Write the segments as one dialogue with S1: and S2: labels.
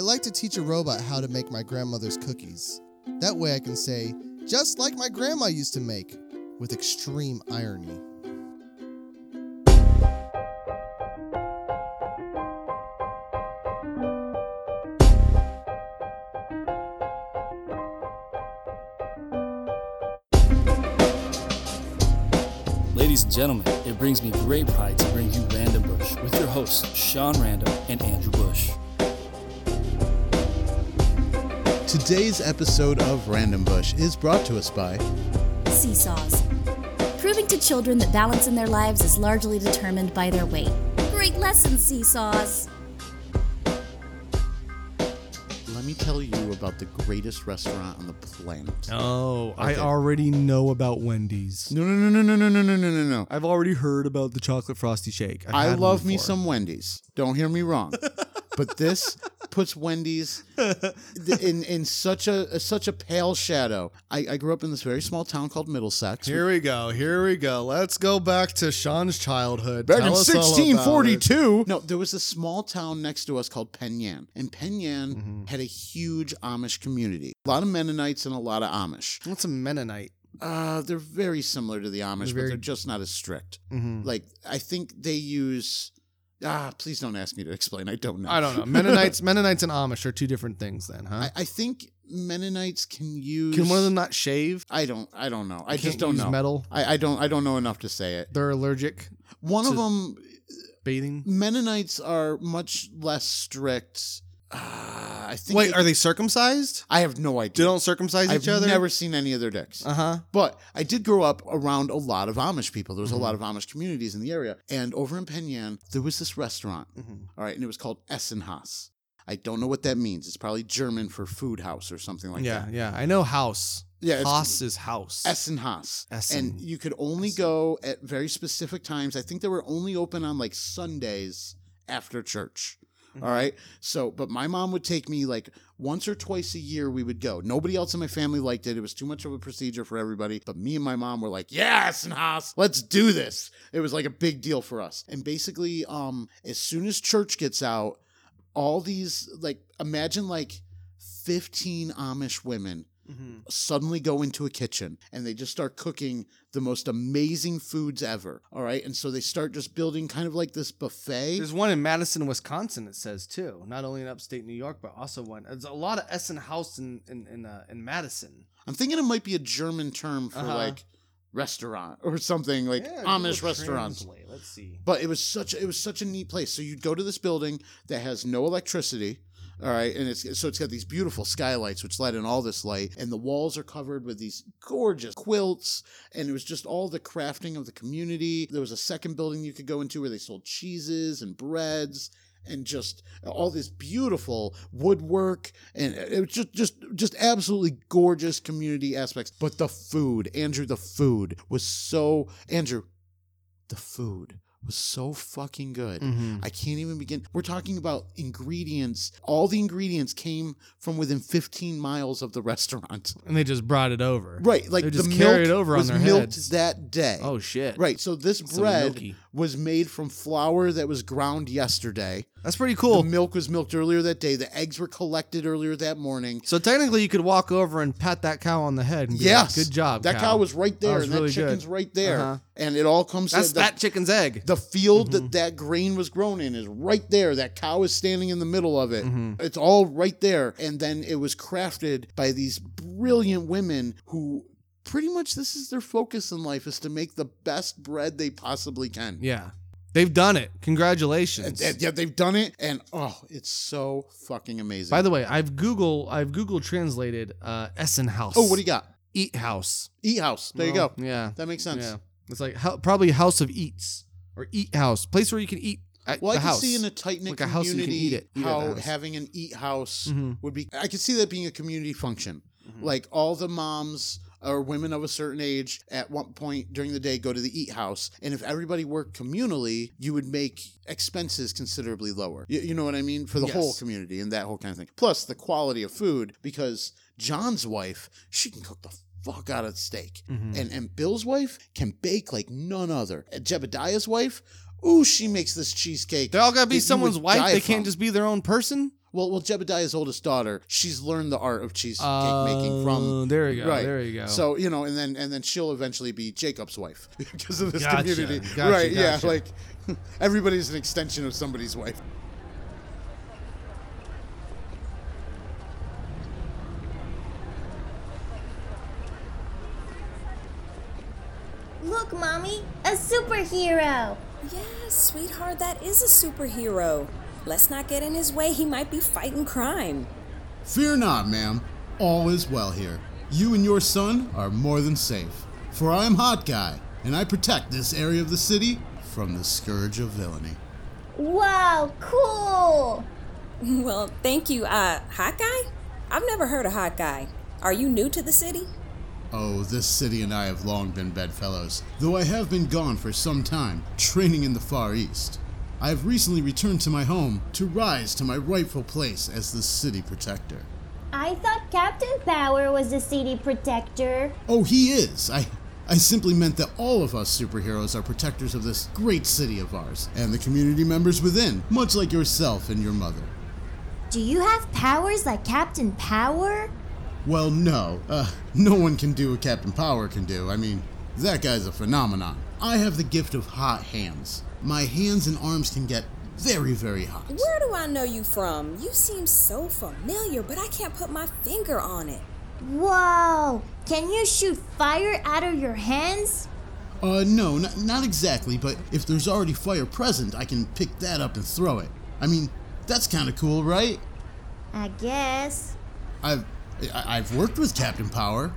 S1: like to teach a robot how to make my grandmother's cookies. That way I can say, just like my grandma used to make, with extreme irony.
S2: Ladies and gentlemen, it brings me great pride to bring you Random Bush with your hosts, Sean Random and Andrew Bush.
S3: Today's episode of Random Bush is brought to us by
S4: Seesaws. Proving to children that balance in their lives is largely determined by their weight. Great lesson, Seesaws!
S3: Let me tell you about the greatest restaurant on the planet.
S5: Oh, I
S3: Okay.
S5: already know about Wendy's.
S3: No, no, no, no, no, no, no, no, no, no.
S5: I've already heard about the chocolate frosty shake. I've
S3: I
S5: had
S3: love
S5: one
S3: me
S5: before.
S3: some Wendy's. Don't hear me wrong. but this puts Wendy's th- in in such a such a pale shadow. I, I grew up in this very small town called Middlesex.
S6: Here we go. Here we go. Let's go back to Sean's childhood.
S3: Back
S6: Tell
S3: in
S6: us all about
S3: 1642. No, there was a small town next to us called Penyan, and Penyan had a huge Amish community. A lot of Mennonites and a lot of Amish.
S5: What's a Mennonite?
S3: Uh, they're very similar to the Amish, but
S5: very- Mm-hmm.
S3: they're just not as strict. Like I think they use. Ah, please don't ask me to explain. I don't know.
S6: I don't know. Mennonites, Mennonites, and Amish are two different things. Then, huh?
S3: I, I think Mennonites can use.
S5: Can one of them not shave?
S3: I don't. I don't know. I just
S6: Can't
S3: don't
S6: use
S3: know.
S6: Metal.
S3: I, I don't. I don't know enough to say it.
S6: They're allergic.
S3: One of
S5: to-
S3: them,
S5: Bathing?
S3: Mennonites are much less strict. Ah, I think.
S5: Wait, are they circumcised?
S3: I have no idea.
S5: They don't circumcise
S3: I've
S5: each other?
S3: never seen any of their dicks.
S5: Uh huh.
S3: But I did grow up around a lot of Amish people. There was
S5: Mm-hmm.
S3: a lot of Amish communities in the area. And over in Penyan, there was this restaurant.
S5: Mm-hmm.
S3: all right, and it was called Essenhaus. I don't know what that means. It's probably German for food house or something like
S5: yeah,
S3: that.
S5: yeah. I know house.
S3: Yeah, it's-
S5: House is house.
S3: Essenhaus.
S5: Essen-
S3: And you could only go at very specific times. I think they were only open on like Sundays after church. All right. So, but my mom would take me like once or twice a year, we would go. Nobody else in my family liked it. It was too much of a procedure for everybody. But me and my mom were like, yes, Nas, let's do this. It was like a big deal for us. And basically, um, as soon as church gets out, all these, like, imagine like 15 Amish women
S5: Mm-hmm.
S3: suddenly go into a kitchen and they just start cooking the most amazing foods ever. All right. And so they start just building kind of like this buffet.
S5: There's one in Madison, Wisconsin. It says too, not only in upstate New York, but also one. There's a lot of Essen House in in in, uh, in Madison.
S3: I'm thinking it might be a German term for
S5: Uh-huh.
S3: like restaurant or something like
S5: Yeah,
S3: Amish
S5: Google
S3: restaurants.
S5: Translate. Let's see.
S3: But it was such it was such a neat place. So you'd go to this building that has no electricity. All right, and it's so it's got these beautiful skylights which let in all this light, and the walls are covered with these gorgeous quilts, and it was just all the crafting of the community. There was a second building you could go into where they sold cheeses and breads and just all this beautiful woodwork and it was just just just absolutely gorgeous community aspects but the food andrew the food was so andrew the food was so fucking good.
S5: Mm-hmm.
S3: I can't even begin. We're talking about ingredients. All the ingredients came from within 15 miles of the restaurant.
S6: And they just brought it over.
S3: Right, like
S6: they just
S3: the
S6: carried
S3: milk
S6: it over on
S3: was
S6: their
S3: milked
S6: heads.
S3: that day.
S5: Oh shit!
S3: right. So this
S5: So
S3: bread
S5: milky.
S3: was made from flour that was ground yesterday.
S5: That's pretty
S3: The
S5: cool.
S3: milk was milked earlier that day. The eggs were collected earlier that morning.
S5: So technically, you could walk over and pat that cow on the head. And be
S3: Yes,
S5: Like, good job.
S3: That cow, was right there,
S5: was
S3: and
S5: really
S3: that
S5: good.
S3: chicken's right there,
S5: Uh-huh.
S3: and it all comes.
S5: That's
S3: to the-
S5: that chicken's egg.
S3: The field
S5: Mm-hmm.
S3: that that grain was grown in is right there. That cow is standing in the middle of it.
S5: Mm-hmm.
S3: It's all right there. And then it was crafted by these brilliant women who pretty much this is their focus in life is to make the best bread they possibly can.
S5: yeah, they've done it.
S3: And-
S5: Congratulations.
S3: and yeah, they've done it, and oh, it's so fucking amazing.
S5: By the way, I've Google I've Google translated uh, Essen House.
S3: oh, what do you got?
S5: Eat House.
S3: Eat house. There you
S5: Well,
S3: go.
S5: Yeah.
S3: That makes sense.
S5: Yeah, it's like hou- probably house of eats or eat house, place where you can eat. At
S3: Well,
S5: the
S3: I can
S5: house.
S3: see in a tight knit
S5: Like a house you can
S3: community
S5: eat it- eat at the
S3: how
S5: house.
S3: having an eat house
S5: Mhm.
S3: would be. I could see that being a community function.
S5: Mm-hmm.
S3: Like all the moms or women of a certain age at one point during the day go to the eat house, and if everybody worked communally, you would make expenses considerably lower. You, you know what I mean for the whole
S5: Yes.
S3: community and that whole kind of thing. Plus the quality of food because John's wife she can cook the. Fuck out of steak,
S5: Mm-hmm.
S3: and and Bill's wife can bake like none other. And Jebediah's wife, ooh, she makes this cheesecake
S5: They all gotta
S3: that
S5: be
S3: you
S5: someone's
S3: would
S5: wife.
S3: die
S5: They can't
S3: from.
S5: just be their own person. Well, well, Jebediah's oldest daughter, she's learned the art of cheesecake making from.
S7: Oh, there you go.
S5: right.
S7: There you go.
S5: So you know, and then and then she'll eventually be Jacob's wife because of this
S7: Gotcha,
S5: community,
S7: gotcha,
S5: right?
S7: gotcha.
S5: Yeah, like everybody's an extension of somebody's wife.
S8: Look, Mommy, a superhero!
S9: Yeah, sweetheart, that is a superhero. Let's not get in his way. He might be fighting crime.
S3: Fear not, ma'am. All is well here. You and your son are more than safe. For I am Hot Guy, and I protect this area of the city from the scourge of villainy.
S8: Wow, cool!
S9: Well, thank you. Uh, hot guy? I've never heard of hot guy. Are you new to the city?
S3: Oh, this city and I have long been bedfellows, though I have been gone for some time, training in the Far East. I have recently returned to my home to rise to my rightful place as the city protector.
S8: I thought Captain Power was the city protector.
S3: Oh, he is. I I simply meant that all of us superheroes are protectors of this great city of ours and the community members within, much like yourself and your mother.
S8: Do you have powers like Captain Power?
S3: Well, no. Uh, no one can do what Captain Power can do. I mean, that guy's a phenomenon. I have the gift of hot hands. My hands and arms can get very, very hot.
S9: Where do I know you from? You seem so familiar, but I can't put my finger on it.
S8: Whoa! Can you shoot fire out of your hands?
S3: Uh, no, not, not exactly, but if there's already fire present, I can pick that up and throw it. I mean, that's kind of cool, right?
S8: I guess.
S3: I've I- I've worked with Captain Power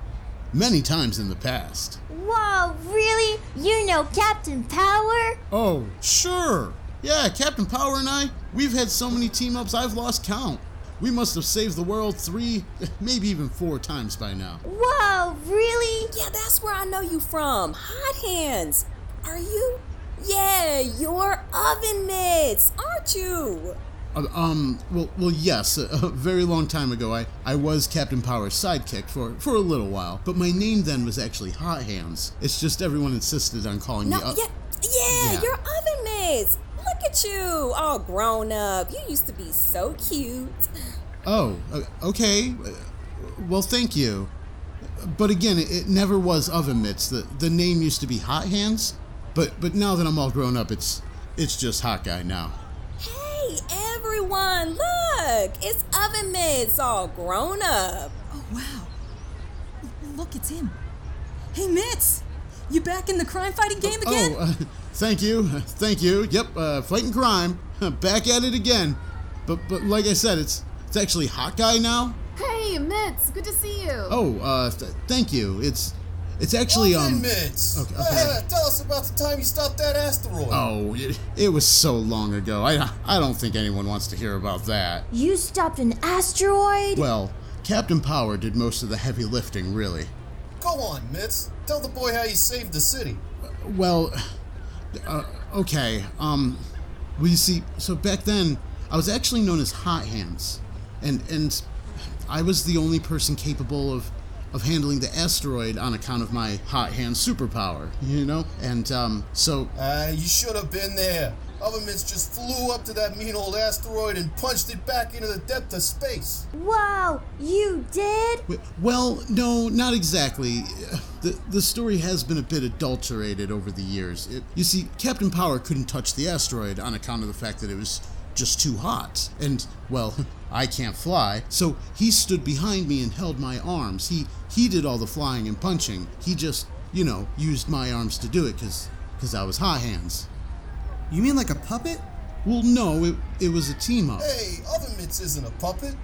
S3: many times in the past.
S8: Whoa, really? You know Captain Power?
S3: Oh, sure. Yeah, Captain Power and I, we've had so many team ups I've lost count. We must have saved the world 3, maybe even 4 times by now.
S8: Whoa, really?
S9: Yeah, that's where I know you from. Hot hands. Are you? Yeah, you're oven mitts, aren't you?
S3: Uh, um well well yes, a, a very long time ago I I was Captain Power's sidekick for for a little while, but my name then was actually Hot Hands. It's just everyone insisted on calling
S9: No,
S3: me up.
S9: yeah, yeah,
S3: Yeah.
S9: you're oven mitts. Look at you, all grown up. You used to be so cute.
S3: Oh, uh, okay. Uh, Well, thank you. But again, it, it never was oven mitts. The the name used to be Hot Hands, but but now that I'm all grown up, it's it's just Hot Guy now.
S9: Hey, everyone, look, it's oven mitts, all grown up.
S10: Oh, wow. L- Look, it's him. Hey, Mitts! You back in the crime fighting game again?
S3: Oh, uh, thank you, uh, thank you. Yep, uh, fighting crime, back at it again. But but like I said, it's it's actually Hot Guy now.
S11: Hey, Mitz, good to see you.
S3: Oh, uh, th- thank you. It's it's actually um.
S12: minutes.
S3: Okay, okay.
S12: tell us about the time you stopped that asteroid.
S3: Oh, it, it was so long ago. I I don't think anyone wants to hear about that.
S8: You stopped an asteroid?
S3: Well, Captain Power did most of the heavy lifting, really.
S12: Go on, Mitz. Tell the boy how you saved the city.
S3: Well, uh, okay. Um, well, you see, so back then, I was actually known as Hot Hands, and and I was the only person capable of of handling the asteroid on account of my hot hand superpower, you know. And um, so
S12: Uh, you should have been there. Othermans just flew up to that mean old asteroid and punched it back into the depth of space.
S8: Whoa, you did?
S3: W- Well, no, not exactly. The, the story has been a bit adulterated over the years. It, you see, Captain Power couldn't touch the asteroid on account of the fact that it was just too hot. And, well, I can't fly, so he stood behind me and held my arms. He, he did all the flying and punching. He just, you know, used my arms to do it because I was hot hands.
S11: You mean like a puppet?
S3: Well, no, it, it was a team up.
S12: Hey, Othermans isn't a puppet.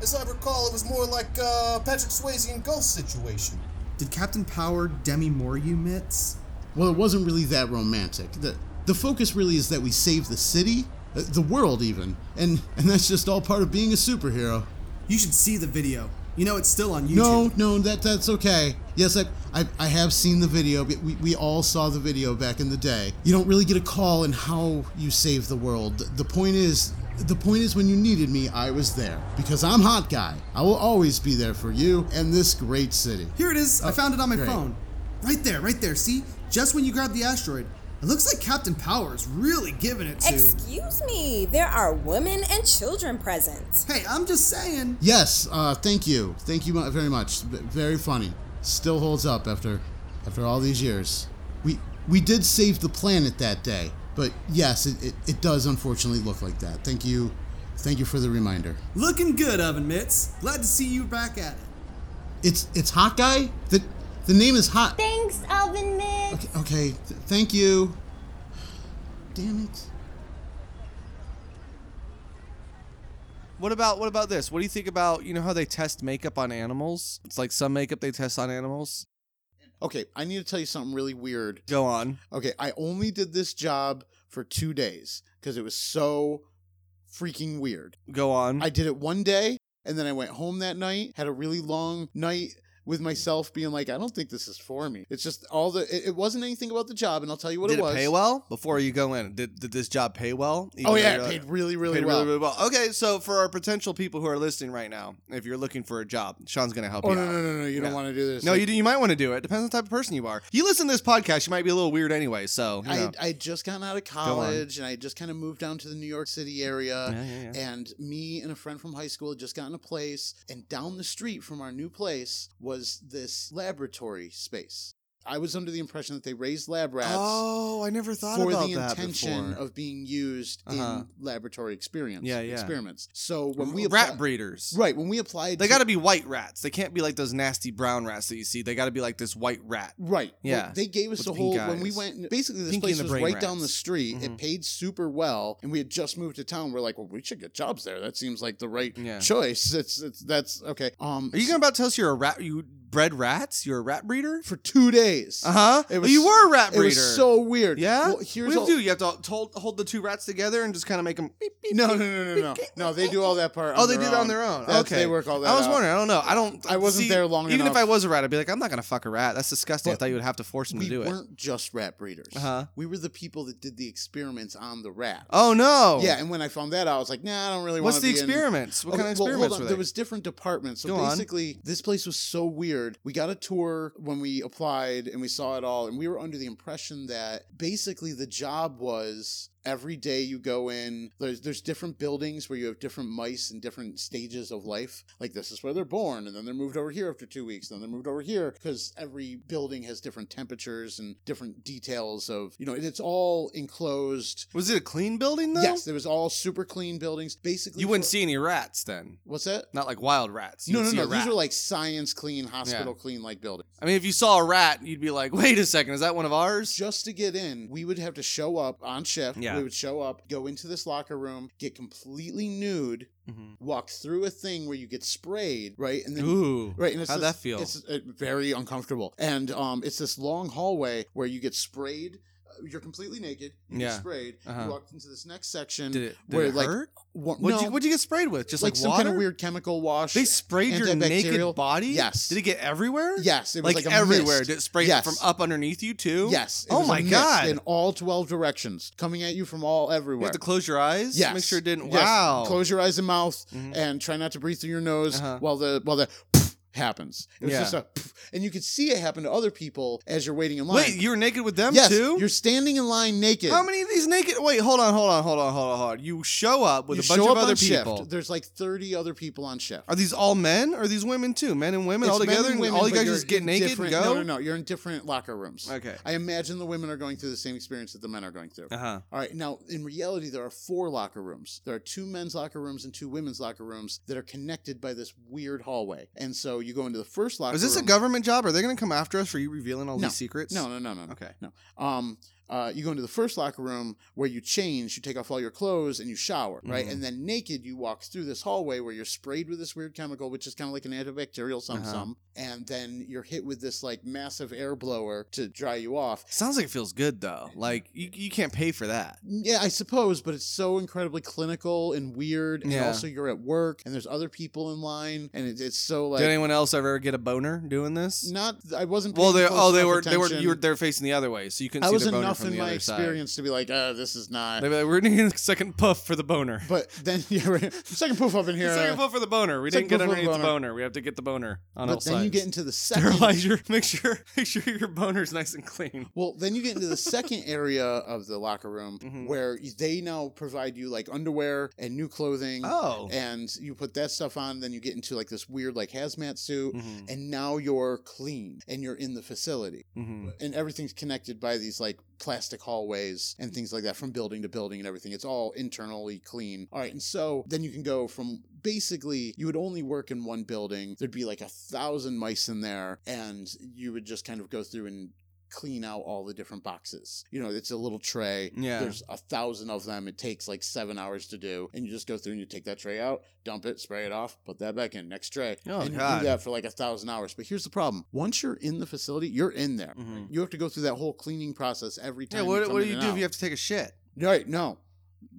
S12: As I recall, it was more like uh, Patrick Swayze and Ghost situation.
S11: Did Captain Power Demi Moore you, Mitts?
S3: Well, it wasn't really that romantic. The the focus really is that we save the city, uh, the world even, and and that's just all part of being a superhero.
S11: You should see the video. You know it's still on
S3: No,
S11: YouTube.
S3: no, that that's okay. Yes, I I, I have seen the video. but We, we all saw the video back in the day. You don't really get a call in how you save the world. The, the point is. The point is, when you needed me, I was there. Because I'm Hot Guy. I will always be there for you and this great city.
S12: Oh,
S11: Here it is. I found it on my
S3: great.
S11: phone. Right there, right there. See? Just when you grabbed the asteroid.
S12: It looks like Captain Power's really giving it to.
S9: Excuse me, there are women and children present.
S12: Hey, I'm just saying.
S13: Yes, uh, thank you. Thank you mu- very much. V- Very funny. Still holds up after after all these years. We we did save the planet that day, but yes, it, it, it does unfortunately look like that. Thank you. Thank you for the reminder.
S12: Looking good, Oven Mitts. Glad to see you back at it.
S13: It's it's Hot Guy? The the name is Hot
S8: Thanks, Oven Mitts.
S13: Okay, th- thank you. Damn it.
S5: What about what about this? What do you think about you know how they test makeup on animals? It's like some makeup they test on animals.
S3: Okay, I need to tell you something really weird.
S5: Go on.
S3: Okay, I only did this job for two days because it was so freaking weird.
S5: Go on.
S3: I did it one day and then I went home that night, had a really long night with myself being like, I don't think this is for me. It's just all the, it, it wasn't anything about the job and I'll tell you what
S5: did
S3: it was.
S5: pay well before you go in? Did, did this job pay well?
S3: oh,
S5: though
S3: yeah,
S5: you're
S3: it
S5: like-
S3: paid really, really
S5: paid
S3: well.
S5: really, really well. Okay, so for our potential people who are listening right now, if you're looking for a job, Sean's going to help
S3: Oh,
S5: you
S3: no,
S5: out.
S3: no, no, no, you don't wanna do this.
S5: No,
S3: Like-
S5: you, do, you might want to do it. Depends on the type of person you are. You listen to this podcast, you might be a little weird anyway, so. You
S3: I
S5: know.
S3: had, I had just gotten out of
S5: on.
S3: college and I had just kind of moved down to the New York City area.
S5: Yeah, yeah,
S3: And me and a friend from high school had just gotten a place. And down the street from our new place was this laboratory space. I was under the impression that they raised lab rats
S5: oh, I never thought
S3: for
S5: about
S3: the
S5: that
S3: intention
S5: before.
S3: of being used
S5: Uh-huh.
S3: in laboratory experience.
S5: Yeah, yeah.
S3: Experiments. So when we
S5: rat
S3: appli-
S5: breeders.
S3: Right, when we applied
S5: They
S3: to-
S5: got to be white rats. They can't be like those nasty brown rats that you see. They got to be like this white rat.
S3: Right.
S5: Yeah.
S3: Well, they gave us
S5: With
S3: the
S5: the
S3: whole
S5: pink
S3: when we
S5: eyes.
S3: went. Basically, this
S5: Pinky
S3: place
S5: and the
S3: was
S5: Brain
S3: right down the
S5: Rats. Mm-hmm.
S3: street. It paid super well, and we had just moved to town. We're like, well, we should get jobs there. That seems like the right choice. It's, it's that's okay. Um,
S5: Are you gonna about to tell us you're a rat? You bred rats? You're a rat breeder
S3: for two days.
S5: Uh huh.
S3: It was-
S5: you were a rat
S3: it
S5: breeder.
S3: was so weird.
S5: Yeah.
S3: Well, here's
S5: what do you
S3: all-
S5: do? You have to hold, hold the two rats together and just kind of make them.
S3: No, no, no, no, no. No, they do all that part.
S5: Oh,
S3: on
S5: they
S3: their
S5: did it
S3: own.
S5: on their own.
S3: That's-
S5: okay,
S3: They work all that.
S5: I was
S3: out.
S5: wondering. I don't know. I don't.
S3: I wasn't
S5: see,
S3: there long
S5: Even
S3: enough.
S5: if I was a rat, I'd be like, I'm not gonna fuck a rat. That's disgusting. I thought you would have to force them to
S3: We
S5: do it.
S3: weren't just rat breeders.
S5: Uh-huh.
S3: We were the people that did the experiments on the rat.
S5: Oh no.
S3: Yeah, and when I found that out, I was like, nah, I don't really
S5: What's
S3: want to
S5: the
S3: be in-
S5: experiments? What kind of
S3: well, hold
S5: experiments
S3: on.
S5: were they?
S3: There was different departments. So
S5: Go on.
S3: basically, this place was so weird. We got a tour when we applied and we saw it all, and we were under the impression that basically the job was every day you go in there's there's different buildings where you have different mice in different stages of life like this is where they're born and then they're moved over here after two weeks then they're moved over here because every building has different temperatures and different details of you know and it's all enclosed
S5: was it a clean building though
S3: yes it was all super clean buildings basically
S5: you wouldn't see any rats then.
S3: What's that?
S5: Not like wild rats. You
S3: no,
S5: would
S3: no,
S5: see
S3: no.
S5: a rat.
S3: These are like science clean, hospital clean like buildings.
S5: I mean, if you saw a rat, you'd be like, wait a second, is that one of ours?
S3: Just to get in, we would have to show up on shift.
S5: Yeah.
S3: We would show up, go into this locker room, get completely nude,
S5: Mm-hmm.
S3: walk through a thing where you get sprayed, right? And then
S5: Ooh,
S3: right. And it's
S5: how'd
S3: this-
S5: that feel?
S3: It's uh, very uncomfortable, and um, it's this long hallway where you get sprayed. uh, You're completely naked. You
S5: Yeah.
S3: get sprayed.
S5: Uh-huh.
S3: You walked into this next section
S5: Did it, did
S3: where
S5: it
S3: like
S5: hurt?
S3: wa-
S5: What'd,
S3: no.
S5: you, what'd you get sprayed with? Just like,
S3: some kind of
S5: water?
S3: weird chemical wash.
S5: They sprayed your naked
S3: antibacterial-
S5: body?
S3: Yes.
S5: Did it get everywhere?
S3: Yes, it was like, a
S5: everywhere.
S3: mist.
S5: Did it spray
S3: Yes.
S5: from up underneath you too?
S3: Yes. it
S5: Oh
S3: was a
S5: my
S3: mist
S5: god.
S3: In all twelve directions, coming at you from all everywhere.
S5: you have to close your eyes.
S3: Yes.
S5: Make sure it didn't.
S3: Yes.
S5: Wow. Mm-hmm.
S3: Close your eyes and mouth, and try not to breathe through your nose
S5: Uh-huh.
S3: while the while the happens. It was
S5: Yeah.
S3: just a, and you could see it happen to other people as you're waiting in line.
S5: Wait, you were naked with them
S3: yes,
S5: too?
S3: You're standing in line naked.
S5: How many of these naked? Wait, hold on, hold on, hold on, hold on, hold on. You show up with
S3: You
S5: a bunch
S3: show
S5: of
S3: up
S5: other
S3: on shift.
S5: people.
S3: There's like thirty other people on shift.
S5: Are these all men? Or are these women too? Men and women
S3: It's
S5: all
S3: men
S5: together?
S3: and women,
S5: all you
S3: but
S5: guys
S3: you're
S5: just get
S3: in
S5: naked and
S3: different-
S5: go?
S3: No, no, no. You're in different locker rooms.
S5: Okay.
S3: I imagine the women are going through the same experience that the men are going through.
S5: Uh-huh.
S3: All right. Now, in reality, there are four locker rooms. There are two men's locker rooms and two women's locker rooms that are connected by this weird hallway. And so you go into the first locker.
S5: Is this a
S3: room-
S5: government job? Are they going to come after us for you revealing all these secrets?
S3: No, no, no, no. no,
S5: Okay.
S3: No. Um, uh, you go into the first locker room where you change, you take off all your clothes, and you shower, right?
S5: Mhm.
S3: And then naked, you walk through this hallway where you're sprayed with this weird chemical, which is kind of like an antibacterial some
S5: Uh-huh.
S3: some, and then you're hit with this like massive air blower to dry you off.
S5: Sounds like it feels good though. Like you, you can't pay for that.
S3: Yeah, I suppose, but it's so incredibly clinical and weird, and
S5: Yeah.
S3: also you're at work and there's other people in line, and it, it's so like
S5: Did anyone else ever get a boner doing this?
S3: not. I wasn't.
S5: Well,
S3: paying
S5: they
S3: close
S5: oh they
S3: enough
S5: were they were
S3: attention.
S5: you were they're facing the other way, so you couldn't
S3: I
S5: see
S3: was
S5: their boner
S3: enough enough
S5: from
S3: in
S5: the
S3: my
S5: other side.
S3: experience to be like, uh, this is not.
S5: They'd be like, we're needing a second puff for the boner.
S3: But then, yeah, right. second poof up in here. uh,
S5: Second puff for the boner. We
S3: second
S5: didn't get
S3: puff for the
S5: underneath the boner.
S3: boner.
S5: We have to get the boner on
S3: but
S5: all
S3: then
S5: sides.
S3: you get into the second.
S5: Sterilize your. Make sure, make sure your boner's nice and clean.
S3: Well, then you get into the second area of the locker room where they now provide you like underwear and new clothing.
S5: Oh.
S3: And you put that stuff on, then you get into like this weird like hazmat suit,
S5: Mhm.
S3: and now you're clean and you're in the facility.
S5: Mhm.
S3: And everything's connected by these like plastic hallways and things like that from building to building and everything. It's all internally clean. All right. And so then you can go from basically you would only work in one building. There'd be like a thousand mice in there, and you would just kind of go through and clean out all the different boxes. You know, it's a little tray.
S5: Yeah.
S3: There's a thousand of them. It takes like seven hours to do. And you just go through and you take that tray out, dump it, spray it off, put that back in, next tray.
S5: Oh,
S3: and you
S5: God.
S3: do that for like a thousand hours. But here's the problem. Once you're in the facility, you're in there. You have to go through that whole cleaning process every
S5: Mm-hmm. Yeah.
S3: time.
S5: What,
S3: come
S5: what do
S3: in
S5: you
S3: and
S5: do if
S3: out.
S5: you have to take a shit?
S3: Right, no.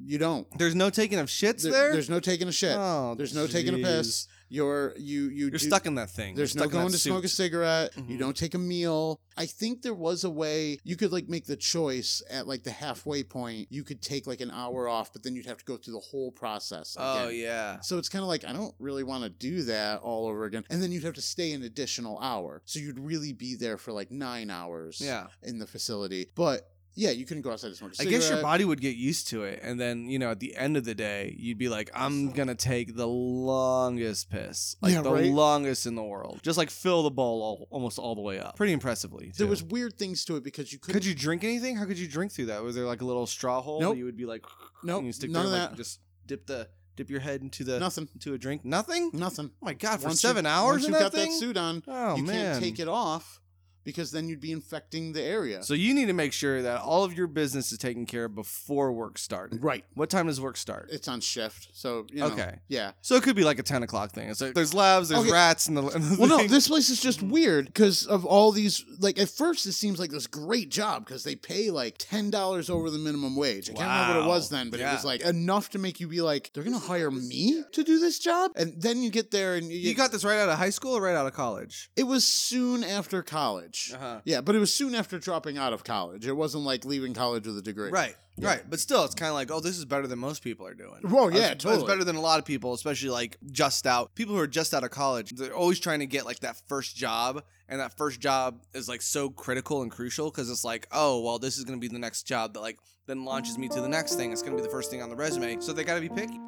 S3: You don't.
S5: There's no taking of shits
S3: There-
S5: there?
S3: There's no taking a shit.
S5: Oh,
S3: there's no taking a piss.
S5: jeez.
S3: You're you you
S5: You're stuck in that thing.
S3: There's
S5: You're
S3: no
S5: stuck in that
S3: going to smoke a
S5: suit.
S3: cigarette.
S5: Mm-hmm.
S3: You don't take a meal. I think there was a way you could like make the choice at like the halfway point. You could take like an hour off, but then you'd have to go through the whole process.
S5: Oh,
S3: again.
S5: yeah.
S3: So it's kind of like I don't really want to do that all over again. And then you'd have to stay an additional hour. So you'd really be there for like nine hours.
S5: Yeah.
S3: In the facility, but yeah, you couldn't go outside and smoke. a
S5: I guess your
S3: cigarette.
S5: body would get used to it, and then you know, at the end of the day, you'd be like, "I'm gonna take the longest piss, like
S3: Yeah,
S5: the
S3: right?
S5: longest in the world, just like fill the bowl all, almost all the way up, pretty impressively."
S3: There
S5: too.
S3: was weird things to it because you couldn't.
S5: Could you drink anything? How could you drink through that? Was there like a little straw hole? that
S3: Nope.
S5: You would be like,
S3: Nope,
S5: and you stick
S3: none
S5: there,
S3: of
S5: like,
S3: that.
S5: Just dip the dip your head into the
S3: Nothing.
S5: into a drink. Nothing.
S3: Nothing.
S5: Oh my god! For
S3: Once you-
S5: seven hours
S3: Once
S5: in
S3: you've
S5: that
S3: got
S5: thing.
S3: that suit on,
S5: Oh
S3: you
S5: man!
S3: can't take it off because then you'd be infecting the area.
S5: So you need to make sure that all of your business is taken care of before work started.
S3: Right.
S5: What time does work start?
S3: it's on shift. So you know,
S5: okay.
S3: yeah.
S5: So it could be like a ten o'clock thing. It's like there's labs, there's
S3: Okay.
S5: rats, and the. And the
S3: Well, no,
S5: thing.
S3: this place is
S5: Mm-hmm.
S3: just weird because of all these. Like at first, it seems like this great job because they pay like ten dollars over the minimum wage. I can't remember what it
S5: Wow.
S3: was then, but it
S5: Yeah.
S3: was like enough to make you be like, they're gonna hire me to do this job, and then you get there and you,
S5: you got this right out of high school or right out of college?
S3: It was soon after college.
S5: Uh-huh.
S3: Yeah, but it was soon after dropping out of college. It wasn't like leaving college with a degree.
S5: Right, right. But still, it's kind of like, oh, this is better than most people are doing.
S3: Well,
S5: It's-
S3: yeah,
S5: it's,
S3: totally.
S5: better than a lot of people, especially like just out people who are just out of college. They're always trying to get like that first job, and that first job is like so critical and crucial because it's like, oh, well, this is going to be the next job that like then launches me to the next thing. It's going to be the first thing on the resume, so they got to be picky.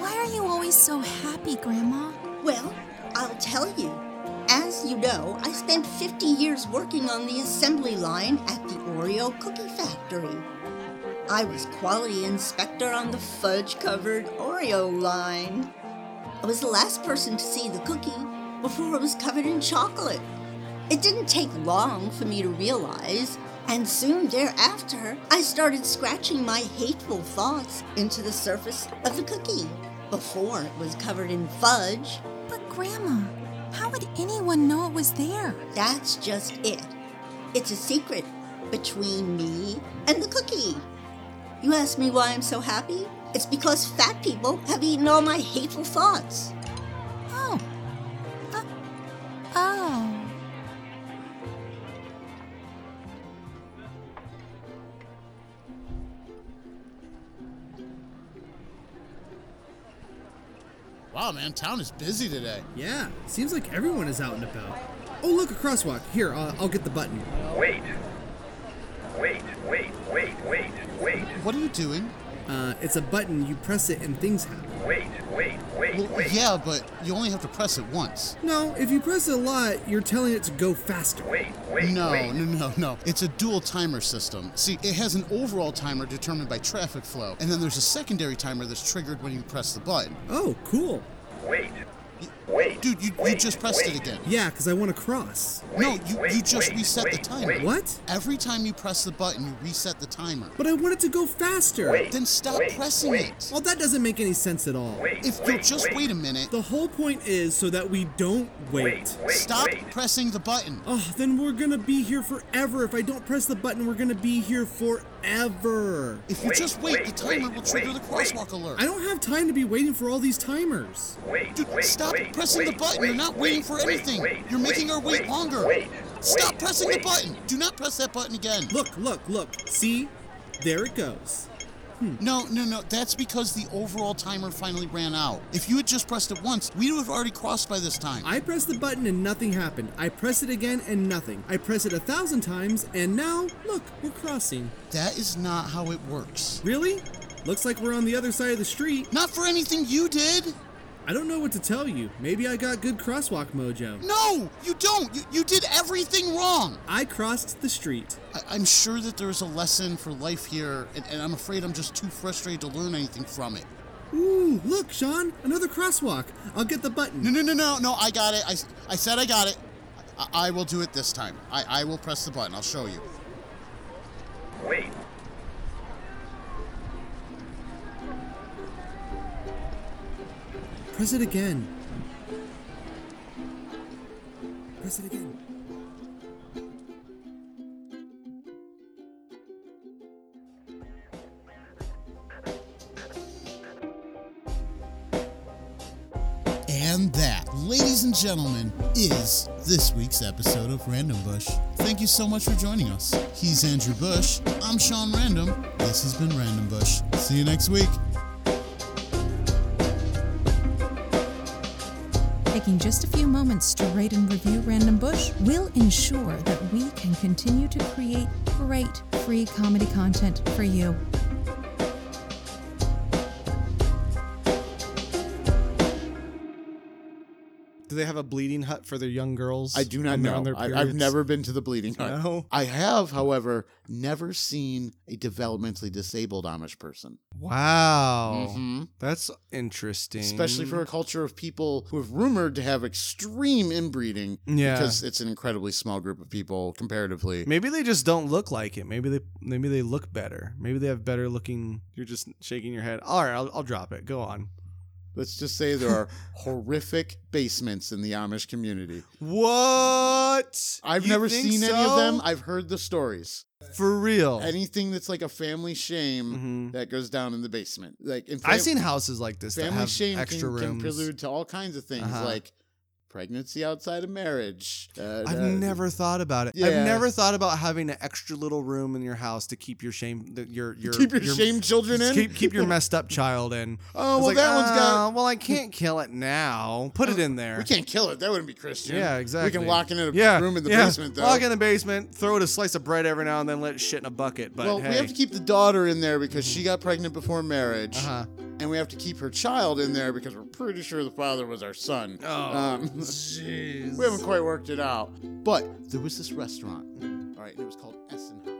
S10: Why are you always so happy, Grandma?
S14: Well, I'll tell you. As you know, I spent 50 years working on the assembly line at the Oreo Cookie Factory. I was quality inspector on the fudge covered Oreo line. I was the last person to see the cookie before it was covered in chocolate. It didn't take long for me to realize, and soon thereafter, I started scratching my hateful thoughts into the surface of the cookie before it was covered in fudge.
S10: But, Grandma, how would anyone know it was there?
S14: That's just it. It's a secret between me and the cookie. You ask me why I'm so happy? It's because fat people have eaten all my hateful thoughts.
S10: Oh. Uh, oh.
S13: Wow, man, town is busy today.
S12: Yeah, seems like everyone is out and about. Oh, look, a crosswalk. Here, I'll, I'll get the button.
S15: Wait. Wait, wait, wait, wait, wait,
S13: What are you doing?
S12: Uh, it's a button. You press it and things happen.
S15: wait, wait, wait,
S13: Well,
S15: wait.
S13: yeah, but you only have to press it once.
S12: No, if you press it a lot, you're telling it to go faster.
S15: Wait,
S13: no, no, no, no. It's a dual timer system. See, it has an overall timer determined by traffic flow, and then there's a secondary timer that's triggered when you press the button.
S12: Oh, cool.
S15: Wait, Wait.
S13: Dude, you, you just pressed it again.
S12: Yeah, because I want to cross.
S13: no, you, you just reset the timer.
S12: What?
S13: Every time you press the button, you reset the timer.
S12: But I want it to go faster.
S13: then stop pressing it.
S12: Well, that doesn't make any sense at all.
S13: if you'll just wait. a minute.
S12: The whole point is so that we don't wait.
S13: Stop pressing the button.
S12: Oh, then we're gonna be here forever. If I don't press the button, we're gonna be here forever.
S13: If you just wait, the timer will trigger the crosswalk alert.
S12: I don't have time to be waiting for all these timers.
S15: Wait,
S13: Dude, stop pressing the button. You're not waiting for anything. You're making our wait longer. stop pressing the button. Do not press that button again.
S12: Look, look, look. See? There it goes. Hmm,
S13: No, no, no. That's because the overall timer finally ran out. If you had just pressed it once, we would have already crossed by this time.
S12: I pressed the button and nothing happened. I press it again and nothing. I press it a thousand times and now, look, we're crossing.
S13: That is not how it works.
S12: Really? Looks like we're on the other side of the street.
S13: Not for anything you did!
S12: I don't know what to tell you. Maybe I got good crosswalk mojo.
S13: No, you don't. You, you did everything wrong.
S12: I crossed the street.
S13: I, I'm sure that there's a lesson for life here, and, and I'm afraid I'm just too frustrated to learn anything from it.
S12: Ooh, look, Sean, another crosswalk. I'll get the button.
S13: No, no, no, no, no. I got it. I, s- I said I got it. I, I will do it this time. I, I will press the button. I'll show you.
S15: Wait.
S12: Press it again. Press it again.
S13: And that, ladies and gentlemen, is this week's episode of Random Bush. Thank you so much for joining us. He's Andrew Bush. I'm Sean Random. This has been Random Bush. See you next week.
S10: Taking just a few moments to rate and review Random Bush will ensure that we can continue to create great free comedy content for you.
S1: Do they have a bleeding hut for their young girls?
S3: I do not
S1: when they're on
S3: know.
S1: their
S3: I, I've
S1: periods?
S3: never been to the bleeding heart.
S1: No?
S3: I have, however, never seen a developmentally disabled Amish person,
S5: Wow.
S3: Mhm.
S5: That's interesting.
S3: especially for a culture of people who have rumored to have extreme inbreeding.
S5: Yeah.
S3: because it's an incredibly small group of people comparatively.
S5: Maybe they just don't look like it. Maybe they maybe they look better. Maybe they have better looking. You're just shaking your head. All right, I'll, I'll drop it. Go on.
S3: Let's just say there are horrific basements in the Amish community.
S5: What?
S3: I've
S5: You
S3: never
S5: think
S3: seen any of them.
S5: so? Oh.
S3: I've heard the stories.
S5: For real.
S3: Anything that's like a family shame that goes down in the basement. Like in
S5: Mm-hmm. I've seen houses like this that
S3: Family
S5: have
S3: shame
S5: extra
S3: can, can
S5: rooms.
S3: prelude to all kinds of things
S5: Uh-huh.
S3: like pregnancy outside of marriage. Uh,
S5: I've
S3: uh,
S5: never thought about it.
S3: Yeah.
S5: I've never thought about having an extra little room in your house to keep your shame, that your your
S3: Keep your shame children in?
S5: keep keep your messed up child in.
S3: Oh,
S5: It's
S3: well,
S5: like,
S3: that one's got- Oh,
S5: "Ah, Well, I can't kill it now. Put it in there.
S3: We can't kill it. That wouldn't be Christian.
S5: Yeah, exactly.
S3: We can lock it in a
S5: Yeah,
S3: room in the
S5: yeah.
S3: basement though.
S5: Lock in the basement. Throw it a slice of bread every now and then. Let it shit in a bucket. But
S3: well,
S5: hey,
S3: we have to keep the daughter in there because she got pregnant before marriage.
S5: Uh-huh.
S3: And we have to keep her child in there because we're pretty sure the father was our son. Oh,
S5: jeez.
S3: we haven't quite worked it out. But there was this restaurant. All right, and it was called Essenhouse.